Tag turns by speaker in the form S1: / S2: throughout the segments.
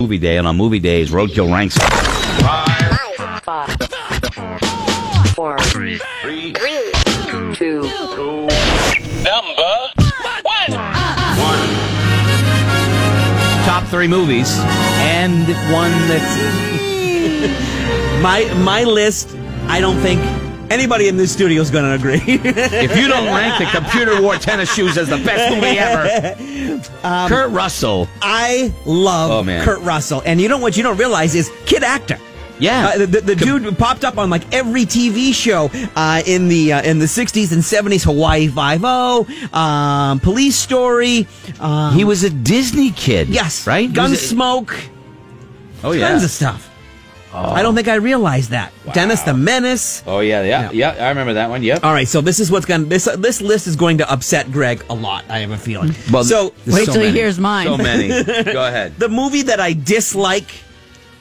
S1: movie day, and on movie days, roadkill ranks.
S2: Five, four, three, two,
S1: Top three movies, and one that's
S3: My my list, I don't think anybody in this studio is going to agree.
S1: if you don't rank the computer wore tennis shoes as the best movie ever,
S3: Um,
S1: Kurt Russell.
S3: I love
S1: Oh, man.
S3: Kurt Russell, and you know what you don't realize is kid actor.
S1: Yeah.
S3: Uh, the the, the dude popped up on like every TV show uh, in the uh, in the '60s and '70s. Hawaii Five O, um, Police Story. Um,
S1: He was a Disney kid.
S3: yes,
S1: right. He was a-
S3: Gunsmoke,
S1: Oh yeah.
S3: tons of stuff. I don't think I realized that. Dennis the Menace.
S1: Oh yeah, yeah, yeah, I remember that one. Yep.
S3: All right, so this is what's going to this this list is going to upset Greg a lot. I have a feeling. so
S1: there's
S4: Wait till he
S1: many.
S4: hears mine.
S1: So many. Go ahead.
S3: the movie that I dislike,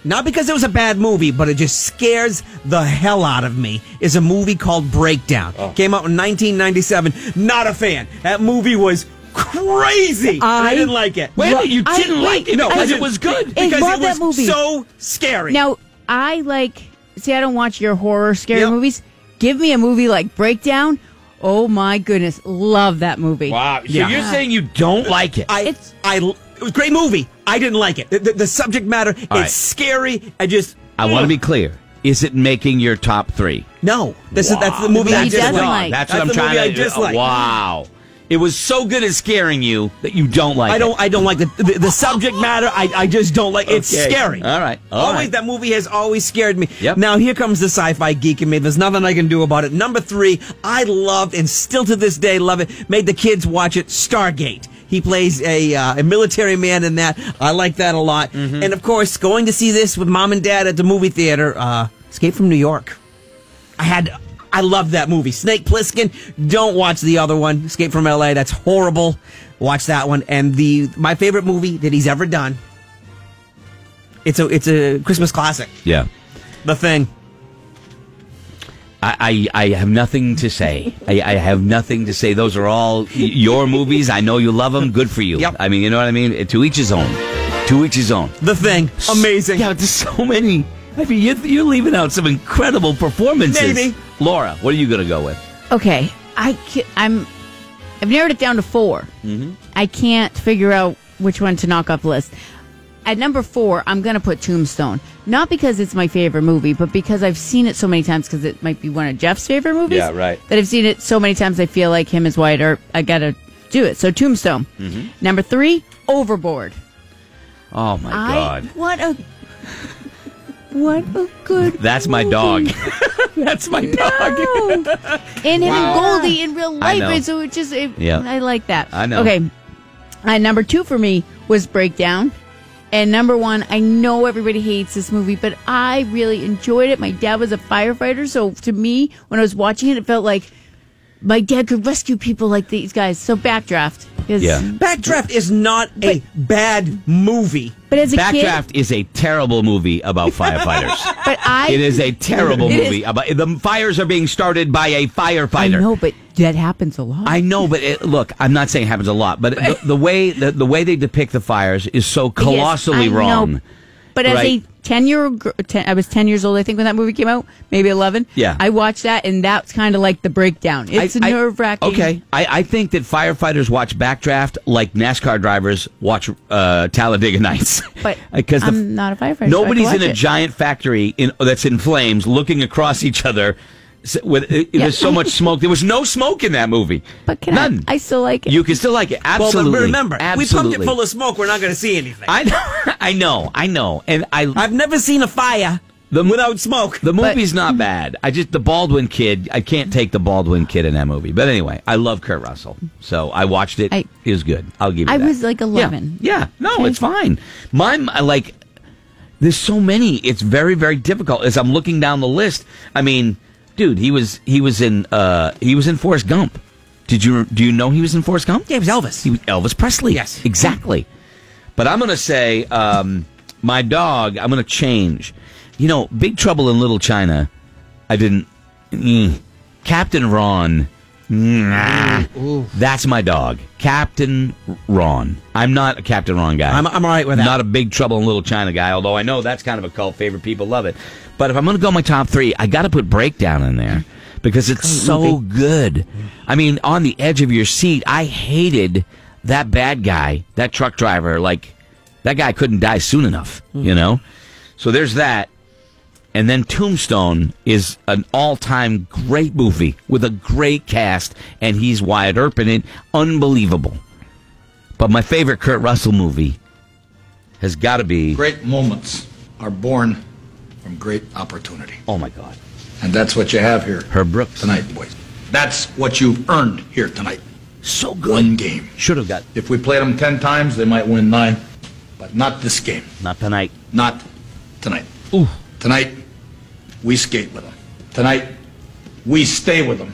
S3: not because it was a bad movie, but it just scares the hell out of me, is a movie called Breakdown.
S1: Oh.
S3: Came out in 1997. Not a fan. That movie was crazy. and I,
S4: I-
S3: didn't like it.
S1: Wait, a
S4: Well,
S1: minute, you
S4: I-
S1: didn't like it
S4: no,
S1: because
S4: I-
S1: it was good.
S4: I
S3: because
S4: love
S3: it was
S4: that movie.
S3: so scary.
S4: Now, I like. See, I don't watch your horror scary
S3: Yep.
S4: movies. Give me a movie like Breakdown. Oh my goodness, love that movie.
S1: Wow. So
S3: Yeah.
S1: you're saying you don't like it?
S3: I,
S4: It's-
S3: I, it was a great movie. I didn't like it. The, the, the subject matter, it's
S1: All right.
S3: scary. I just,
S1: I want to be clear. Is it making your top three?
S3: no. This is, that's the movie
S4: He
S3: I
S4: doesn't
S3: dislike.
S4: like.
S1: That's,
S3: That's
S1: what I'm
S3: the
S1: trying
S3: movie I
S1: to. Uh,
S3: dislike.
S1: Wow. It was so good at scaring you that you don't like
S3: I
S1: it.
S3: don't. I don't like the the, the subject matter. I, I just don't like. It's
S1: Okay.
S3: scary.
S1: All right. All
S3: always
S1: right.
S3: that movie has always scared me.
S1: Yep.
S3: Now here comes the sci-fi geek in me. There's nothing I can do about it. Number three, I loved and still to this day love it. Made the kids watch it. Stargate. He plays a uh, a military man in that. I like that a lot. And of course, going to see this with mom and dad at the movie theater. Uh, Escape from New York. I had. I loved that movie. Snake Plissken. Don't watch the other one. Escape from L.A. That's horrible. Watch that one. And the my favorite movie that he's ever done. It's a it's a Christmas classic.
S1: Yeah.
S3: The Thing.
S1: I, I, I have nothing to say. I, I have nothing to say. Those are all y- your movies. I know you love them. Good for you.
S3: Yep.
S1: I mean, you know what I mean? To each his own. To each his own.
S3: The Thing. Amazing.
S1: Yeah, but there's so many. I mean, you're, you're leaving out some incredible performances.
S3: Maybe.
S1: Laura, what are you going to go with?
S4: Okay, I ca- I'm I've narrowed it down to 4 Mm-hmm. I can't figure out which one to knock off the list. At number four, I'm gonna put Tombstone, not because it's my favorite movie, but because I've seen it so many times. Because it might be one of Jeff's favorite movies.
S1: Yeah, right.
S4: That I've seen it so many times, I feel like him as White or I gotta do it. So Tombstone.
S1: Mm-hmm.
S4: Number three, Overboard.
S1: Oh, my God.
S4: I what a what a good.
S1: That's my
S4: movie.
S1: dog. That's my dog.
S4: No. Oh, and him and Goldie in real life.
S1: know.
S4: And so it just, it,
S1: Yeah.
S4: I like that.
S1: I know.
S4: Okay. Uh, number two for me was Breakdown. And number one, I know everybody hates this movie, but I really enjoyed it. My dad was a firefighter, so to me, when I was watching it, it felt like my dad could rescue people like these guys. So Backdraft is.
S1: Yeah.
S3: Backdraft is not a bad movie.
S4: But as a kid,
S1: Backdraft is a terrible movie about firefighters.
S4: but I.
S1: It is a terrible
S4: It is.
S1: movie. About, the fires are being started by a
S4: I
S1: firefighter.
S4: know, but that happens a lot.
S1: I know, but it, look, I'm not saying it happens a lot, but the, the way the, the way they depict the fires is so colossally
S4: Yes, I know.
S1: wrong.
S4: But as
S1: Right.
S4: a 10 year old, I was 10 years old, I think, when that movie came out, maybe 11.
S1: Yeah.
S4: I watched that, and that's kind of like the breakdown. It's
S1: I- I-
S4: nerve wracking.
S1: Okay, I, I think that firefighters watch Backdraft like NASCAR drivers watch uh, Talladega Nights.
S4: But
S1: because Uh, the-
S4: I'm not a firefighter. so I
S1: nobody's
S4: can
S1: in a
S4: watch it.
S1: giant factory in, that's in flames, looking across each other. s- With it, it
S4: Yeah.
S1: was so much smoke, there was no smoke in that movie.
S4: But can I-
S1: none.
S4: I still like it.
S1: You can still like it.
S3: Well,
S1: Absolutely.
S3: but remember, we pumped
S1: Absolutely.
S3: it full of smoke. We're not going to see anything. I,
S1: I know, I know, I know, and I
S3: have never seen a fire
S1: The-
S3: without smoke.
S1: The movie's not bad. I just the Baldwin kid. I can't take the Baldwin kid in that movie. But anyway, I love Kurt Russell, so I watched it.
S4: I-
S1: it was good. I'll give you.
S4: I
S1: that.
S4: was, like, 11.
S1: Yeah, yeah. no,
S4: Okay.
S1: it's fine. Mine, I like. There's so many. It's very, very difficult. As I'm looking down the list, I mean, dude, he was he was in uh he was in Forrest Gump. Did you do you know he was in Forrest Gump?
S3: James Elvis.
S1: He was Elvis Presley.
S3: Yes.
S1: exactly. But I'm going to say um, my dog. I'm going to change. You know, Big Trouble in Little China. I didn't. Mm. Captain Ron That's my dog, Captain Ron. I'm not a Captain Ron guy.
S3: I'm- I'm all right with that.
S1: Not a Big Trouble in Little China guy, although I know that's kind of a cult favorite. People love it. But if I'm going to go my top three, I got to put Breakdown in there because it's so good. I mean, on the edge of your seat, I hated that bad guy, that truck driver. Like, that guy couldn't die soon enough,
S3: Mm-hmm.
S1: you know? So there's that. And then Tombstone is an all-time great movie with a great cast, and he's Wyatt Earp in it, unbelievable. But my favorite Kurt Russell movie has got to be.
S5: Great moments are born from great opportunity.
S1: Oh my God,
S5: And that's what you have here
S1: Herb Brooks.
S5: tonight, boys. That's what you've earned here tonight.
S1: so good.
S5: One game.
S1: Should have got
S5: If we played them 10 times, they might win 9, but not this game.
S1: not tonight.
S5: Not tonight. Ooh. Tonight, we skate with them. Tonight, we stay with them.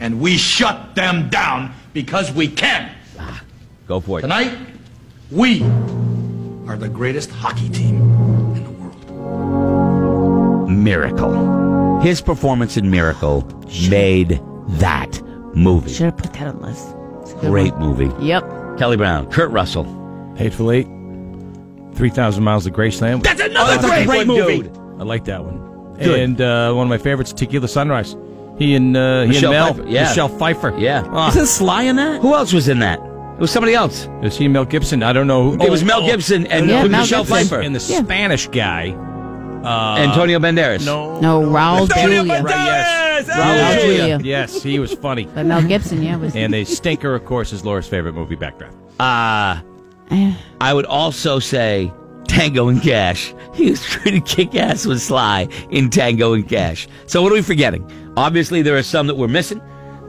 S5: And we shut them down because we can.
S1: Go for it.
S5: Tonight, we are the greatest hockey team in the world.
S1: Miracle. His performance in Miracle made that movie.
S4: Should have put that on the list. It's a good
S1: Great
S4: one.
S1: movie.
S4: Yep.
S1: Kelly Brown, Kurt Russell.
S6: Hateful Eight, 3,000 Miles of Graceland.
S1: That's another
S3: that's a
S1: great,
S3: great
S1: one,
S3: movie.
S1: dude.
S6: I like that one. And uh, one of my favorites, Tequila Sunrise. He and, uh, he and
S1: Michelle
S6: Mel.
S1: Pfeiffer, yeah.
S6: Michelle Pfeiffer.
S1: Yeah.
S6: Ah,
S3: Isn't Sly in that?
S1: Who else was in that? It was somebody else.
S6: is he and Mel Gibson? I don't know. who- Oh,
S1: It was Mel Gibson and
S4: Oh, Yeah, Mel
S1: Michelle
S4: Gibson.
S1: Pfeiffer
S6: And the
S4: Yeah.
S6: Spanish guy. Uh,
S1: Antonio Banderas.
S6: No.
S4: No, Raul
S6: Antonio
S4: Julia.
S6: Banderas!
S4: Raul
S6: Hey!
S4: Julia.
S6: Yes, he was funny.
S4: But Mel Gibson, yeah, was.
S6: and a stinker, of course, is Laura's favorite movie, Backdraft.
S1: I would also say Tango and Cash. He was pretty kick ass with Sly in Tango and Cash. So what are we forgetting? Obviously, there are some that we're missing.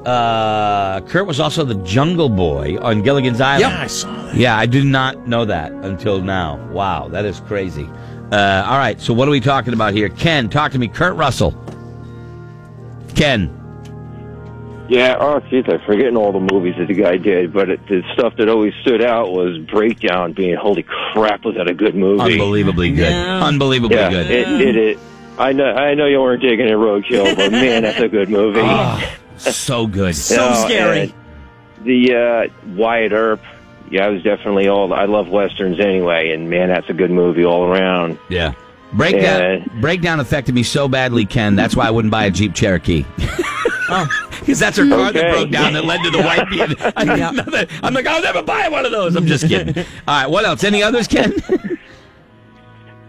S1: Uh, Kurt was also the Jungle Boy on Gilligan's Island.
S6: I saw that.
S1: Yeah, I did not know that until now. Wow, that is crazy. Uh, all right, so what are we talking about here? Ken, talk to me. Kurt Russell. Ken.
S7: Yeah, oh, geez, I'm forgetting all the movies that the guy did, but it, the stuff that always stood out was Breakdown being, holy crap, was that a good movie?
S1: Unbelievably good. Unbelievably
S7: Yeah,
S1: good.
S7: it did it. I know, I know you weren't digging in Roadkill, but man, that's a good movie.
S1: Oh, so good.
S3: so
S7: No,
S3: scary.
S7: and The uh, Wyatt Earp, yeah, I was definitely all, I love Westerns anyway, and man, that's a good movie all around.
S1: Yeah. Breakdown
S7: Yeah.
S1: breakdown affected me so badly, Ken. That's why I wouldn't buy a Jeep Cherokee.
S3: Oh.
S1: Because that's her car that
S7: Okay.
S1: broke down that led to the white beard. I didn't know that. I'm like, I'll never buy one of those. I'm just kidding. All right, what else? Any others, Ken?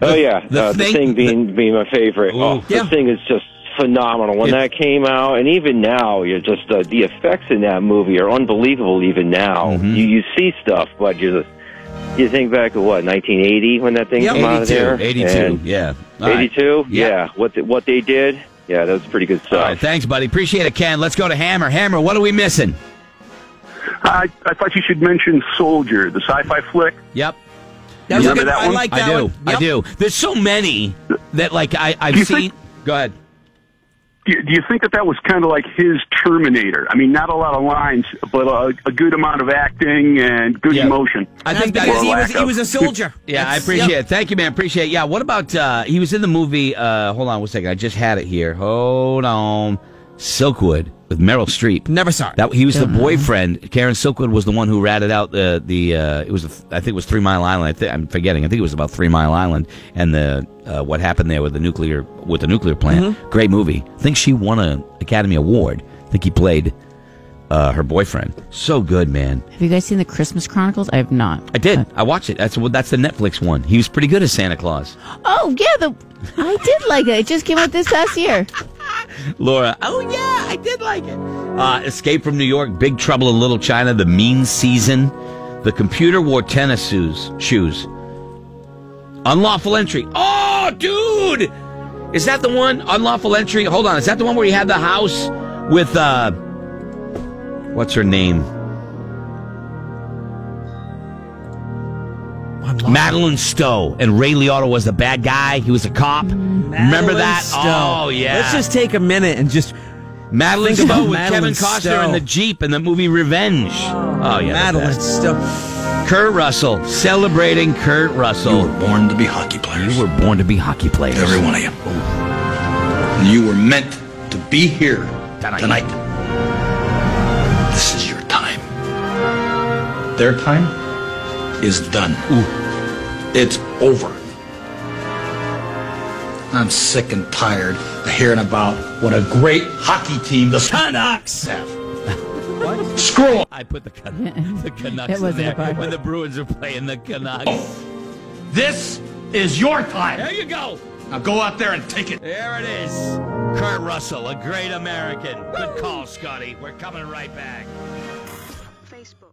S7: Oh yeah,
S1: the
S7: uh, the
S1: thing-
S7: thing being being my favorite.
S1: Ooh.
S7: oh,
S1: Yeah.
S7: The thing is just phenomenal. When
S1: It-
S7: that came out, and even now, you're just uh, the effects in that movie are unbelievable. Even now,
S1: Mm-hmm.
S7: you, you see stuff, but you just you think back to what 1980 when that thing came out of there.
S1: 82.
S7: And-
S1: yeah. All right.
S7: 82.
S1: Yeah.
S7: Yeah. What the, what they did. Yeah, that was pretty good
S1: All
S7: stuff.
S1: right, thanks, buddy. Appreciate it, Ken. Let's go to Hammer. Hammer, what are we missing?
S8: I, I thought you should mention Soldier, the sci-fi flick.
S1: Yep.
S3: That was a
S1: Remember
S3: good-
S8: that
S3: I
S8: one?
S3: like that
S1: I do.
S3: one.
S1: I
S3: Yep.
S1: do. There's so many that, like, I, I've
S8: Do you
S1: seen.
S8: think-
S1: Go ahead.
S8: Do you, do you think that that was kind of like his Terminator? I mean, not a lot of lines, but a, a good amount of acting and good
S1: Yeah.
S8: emotion.
S1: I
S3: That's
S1: think that-
S3: because he
S8: Or
S3: was,
S8: lack
S3: he
S8: of.
S3: was a soldier.
S1: Yeah, I
S3: That's-
S1: appreciate
S3: yep.
S1: it. Thank you, man. Appreciate it. Yeah, what about uh he was in the movie uh hold on one second, I just had it here. Hold on. Silkwood with Meryl Streep.
S3: Never saw it.
S1: That he was the boyfriend. Karen Silkwood was the one who ratted out the the uh it was the, I think it was Three Mile Island. I think I'm forgetting. I think it was about Three Mile Island and the uh, what happened there with the nuclear with the nuclear plant.
S3: Mm-hmm.
S1: Great movie. I think she won an Academy Award. I think he played uh, her boyfriend. So good, man.
S4: Have you guys seen the Christmas Chronicles? I have not.
S1: I
S3: Uh,
S1: did. I watched it. That's well, that's the Netflix one. He was pretty good as Santa Claus.
S4: Oh yeah, the I did like it. It just came out this past year.
S1: Laura. Oh yeah, I did like it. Uh, Escape from New York, Big Trouble in Little China, The Mean Season, The Computer Wore Tennis Shoes. shoes. Unlawful Entry. Oh, dude, is that the one? Unlawful Entry. Hold on, is that the one where he had the house with uh, what's her name? Madeline Stowe and Ray Liotta was the bad guy. He was a cop. Remember
S3: Madeline
S1: that?
S3: Stowe.
S1: Oh yeah.
S3: Let's just take a minute and just
S1: Madeline
S3: Think
S1: Stowe
S3: about
S1: with Kevin
S3: Madeline
S1: Costner
S3: Stowe.
S1: in the Jeep in the movie Revenge. Oh, yeah. the
S3: Madeline
S1: best.
S3: stuff.
S1: Kurt Russell, celebrating Kurt
S5: You
S1: Russell.
S5: were born to be hockey players.
S1: You were born to be hockey players.
S5: every one of you. And you were meant to be here tonight. Their time is done. It's over. I'm sick and tired of hearing about what a great hockey team the Canucks have. Screw 'em.
S1: I put the, Can- the Canucks
S4: That wasn't
S1: in there
S4: a part.
S1: when the Bruins are playing the Canucks.
S5: This is your time.
S1: There you go.
S5: Now go out there and take it.
S1: There it is. Kurt Russell, a great American. Good call, Scotty. We're coming right back.
S2: Facebook.